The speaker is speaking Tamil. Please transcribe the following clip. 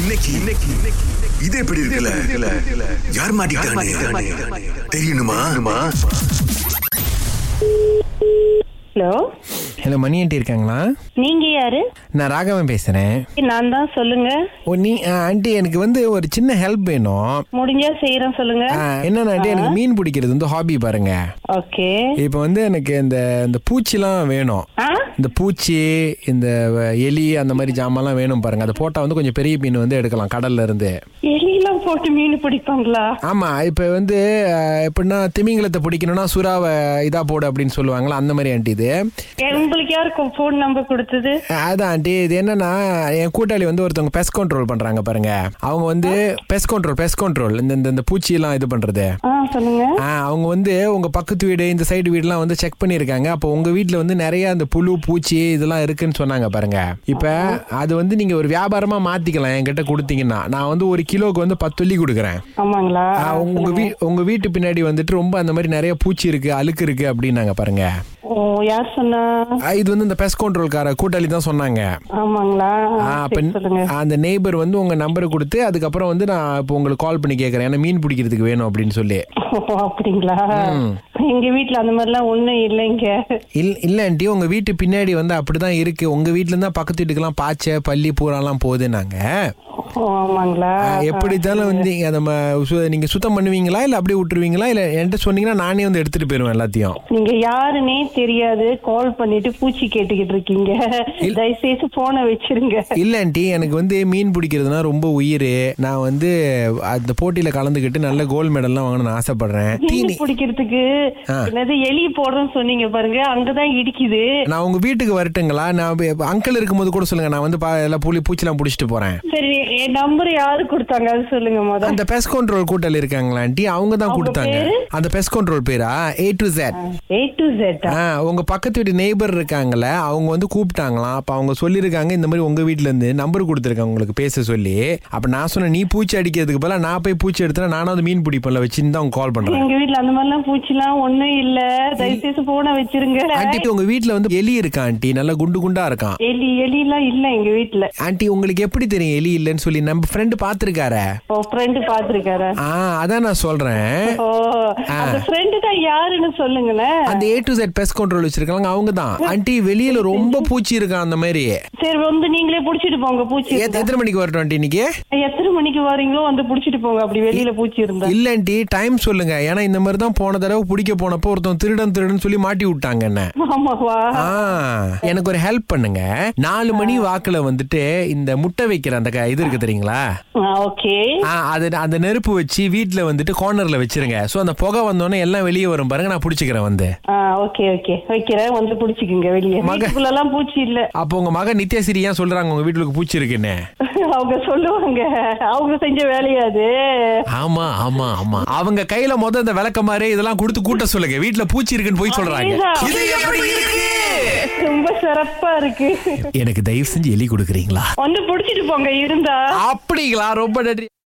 இன்னைக்கு இன்னைக்கு இன்னைக்கு- இது எப்படி இருக்குல்ல யார் மாட்டிக்கிட்டானே தெரியணுமா ஹலோ ஹலோ மணி ஆண்டி இருக்காங்களா நீங்க யாரு நான் ராகவன் பேசுகிறேன் நான் தான் சொல்லுங்க ஓ நீ ஆ, ஆண்டி எனக்கு வந்து ஒரு சின்ன ஹெல்ப் வேணும் முடிஞ்சா செய்யறேன் சொல்லுங்க ஆ, என்னன்னா ஆண்டி எனக்கு மீன் பிடிக்கிறது வந்து ஹாபி பாருங்க ஓகே இப்போ வந்து எனக்கு இந்த இந்த பூச்சிலாம் வேணும் ஆ இந்த பூச்சி இந்த வ- எலி அந்த மாதிரி ஜாமான்லாம் வேணும் பாருங்க அதை போட்டால் வந்து கொஞ்சம் பெரிய மீன் வந்து எடுக்கலாம் கடல்ல இருந்து எலியெல்லாம் போட்டு மீன் பிடிப்பாங்களா ஆமா இப்போ வந்து அஹ், எப்படின்னா திமிங்கலத்தை பிடிக்கணும்னா சுறாவை இதா போடு அப்படின்னு சொல்லுவாங்களா அந்த மாதிரி ஆண்டி இது ஏ, உங்களுக்கு யாருக்கும் ஃபோன் நம்பர் கொடுத்தது அஹ், அதான் ஆண்டி இது என்னன்னா என் கூட்டாளி வந்து ஒருத்தவங்க பெஸ் கண்ட்ரோல் பண்றாங்க பாருங்க அவங்க வந்து பெஸ் கண்ட்ரோல் பெஸ் கண்ட்ரோல் இந்த இந்த- இந்த பூச்சி எல்லாம் இது பண்றது ஆ சொல்லுங்க அஹ், அவங்க வந்து உங்க பக்கத்து வீடு இந்த சைடு வீடுலாம் வந்து செக் பண்ணியிருக்காங்க அப்போ உங்க வீட்ல வந்து நிறைய அந்த புழு பூச்சி இதெல்லாம் இருக்குன்னு சொன்னாங்க பாருங்க இப்ப அது வந்து நீங்க ஒரு வியாபாரமா மாத்திக்கலாம் என்கிட்ட கொடுத்தீங்கன்னா நான் வந்து ஒரு கிலோக்கு வந்து பத்து வெள்ளி கொடுக்குறேன் ஆமாங்களா ஆ, உங்க உங்க வீ உங்க வீட்டு பின்னாடி வந்துட்டு ரொம்ப அந்த மாதிரி நிறைய பூச்சி இருக்கு அழுக்கு இருக்கு அப்படின்னாங்க பாருங்க ஓ யார் சொன்னா ஆ, இது வந்து இந்த பெஸ் கண்ட்ரோல்கார கூட்டாளி தான் சொன்னாங்க ஆமாங்களா ஆ, அப்ப சரி, சொல்லுங்க அந்த நெய்பர் வந்து உங்க நம்பரை கொடுத்து அதுக்கப்புறம் வந்து நான் இப்போ உங்களுக்கு கால் பண்ணி கேட்கறேன் ஏன்னா மீன் பிடிக்கிறதுக்கு வேணும் அப்படின்னு சொல்லி ஓ அப்படிங்களா எங்க வீட்ல அந்த மாதிரிலாம் ஒண்ணும் இல்லைங்க இல்ல இல்ல ஆண்டி உங்க வீட்டு பின்னாடி வந்து அப்படிதான் இருக்கு உங்க வீட்ல இருந்தா பக்கத்து வீட்டுக்கெல்லாம் பாய்ச்ச பள்ளி பூராலாம் போகுதுன்னாங்க ஓ ஆமாங்களா ஆ, எப்படி இருந்தாலும் வந்து நீங்க அதை ம- சு- நீங்க சுத்தம் பண்ணுவீங்களா இல்ல அப்படியே விட்டுருவீங்களா இல்ல என்கிட்ட சொன்னீங்கன்னா நானே வந்து எடுத்துட்டு போயிருவேன் எல்லாத்தையும் நீங்க யாருன்னே தெரியாது கால் பண்ணிட்டு பூச்சி கேட்டுக்கிட்டு இருக்கீங்க தயவு செய்து போனை வச்சிருங்க இல்ல ஆண்டி எனக்கு வந்து மீன் பிடிக்கிறதுனா ரொம்ப உயிர் நான் வந்து அந்த போட்டியில கலந்துக்கிட்டு நல்ல கோல்டு மெடல்லாம் வாங்கணும்னு ஆசைப்படுறேன் மீன் தீனி பிடிக்கிறதுக்கு ஆ. என்னது எலி போடுறோம்னு சொன்னீங்க பாருங்க அங்கதான் இடிக்குது நான் உங்க வீட்டுக்கு வரட்டுங்களா நான் அங்கிள் இருக்கும்போது கூட சொல்லுங்க நான் வந்து பா- எல்லா புலி பூச்சிலாம் பிடிச்சிட்டு போறேன் சரி என் நம்பர் யாரு கொடுத்தாங்க அது சொல்லுங்க முத அந்த பெஸ் கண்ட்ரோல் கூட்டல் இருக்காங்களா ஆண்டி அவங்க தான் அவங்க கொடுத்தாங்க பேரு? அந்த பெஸ் கண்ட்ரோல் பேரா A to Z A to Z ஆ உங்க பக்கத்து வீட்டு நெய்பர் இருக்காங்கல்ல அவங்க வந்து கூப்பிட்டாங்களாம் அப்ப அவங்க சொல்லியிருக்காங்க இந்த மாதிரி உங்க வீட்ல இருந்து நம்பர் கொடுத்துருக்காங்க உங்களுக்கு பேச சொல்லி அப்ப நான் சொன்னேன் நீ பூச்சி அடிக்கிறதுக்கு பதிலா நான் போய் பூச்சி எடுத்தா நானாவது மீன் பிடிப்பேன்ல வச்சுன்னு தான் கால் பண்றேன் எங்க வீட்ல அந்த மாதிரிலாம் பூச்சிலாம் ஒண்ணும் இல்ல தயவு செய்து போனை வச்சிருங்க ஆண்டி உங்க வீட்ல வந்து எலி இருக்கா ஆண்டி நல்லா குண்டு குண்டா இருக்கான் எலி எலிலாம் இல்ல எங்க வீட்ல ஆண்டி உங்களுக்கு எப்படி தெரியும் எலி இல்லைன்னு சொல்லி நம்ம ஃப்ரெண்டு பாத்துருக்காரு ஓ ஃப்ரெண்டு பாத்துருக்காரு ஆ அதான் நான் சொல்றேன் ஓ அந்த ஃப்ரெண்டு தான் யாருன்னு சொல்லுங்களேன் அந்த A to Z pest control வச்சிருக்காங்க அவங்க தான் ஆண்டி வெளியில ரொம்ப பூச்சி இருக்கான் அந்த மாதிரி சரி வந்து நீங்களே புடிச்சிட்டு போங்க பூச்சி எத்- எத்தனை மணிக்கு வரட்டும் ஆண்டி இன்னைக்கு எத்தனை மணிக்கு வாரீங்களோ வந்து புடிச்சிட்டு போங்க அப்படி வெளியில பூச்சி இருந்தா இல்ல ஆண்டி டைம் சொல்லுங்க ஏன்னா இந்த மாதிரி தான் போன தடவை பிடிக்க போனப்போ ஒருத்தன் திருடன் திருடன் சொல்லி மாட்டி விட்டாங்க என்ன ஆமாவா ஆ, எனக்கு ஒரு ஹெல்ப் பண்ணுங்க நாலு மணி வாக்குல வந்துட்டு இந்த முட்டை வைக்கிற அந்த க- இது இருக்கு தெரியுங்களா ஓகே ஆ, அது அந்த நெருப்பு வச்சு வீட்ல வந்துட்டு கார்னர்ல வச்சிருங்க சோ அந்த புகை வந்தோடனே எல்லாம் வெளியே வரும் பாருங்க நான் புடிச்சுக்கிறேன் வந்து ஓகே ஓகே வைக்கிறேன் வந்து புடிச்சுக்குங்க வெளியே வீட்டுக்குள்ளலாம் பூச்சி இல்ல அப்போ உங்க மகன் நித்யஸ்ரீ ஏன் சொல்றாங்க உங்க வீட்டுக்கு பூச்சி இருக்குன்னு அவங்க சொல்லுவாங்க அவங்க செஞ்ச வேலையா அது ஆமா ஆமா ஆமா அவங்க கையில முத அந்த விளக்க மாதிரி இதெல்லாம் கொடுத்து கூட்ட சொல்லுங்க வீட்ல பூச்சி இருக்குன்னு போய் சொல்றாங்க அதேதான். இது எப்படி இருக்கு ரொம்ப சிறப்பா இருக்கு எனக்கு தயவு செஞ்சு எலி கொடுக்குறீங்களா வந்து புடிச்சிட்டு போங்க இருந்தா அப்படிங்களா ரொம்ப நன்றி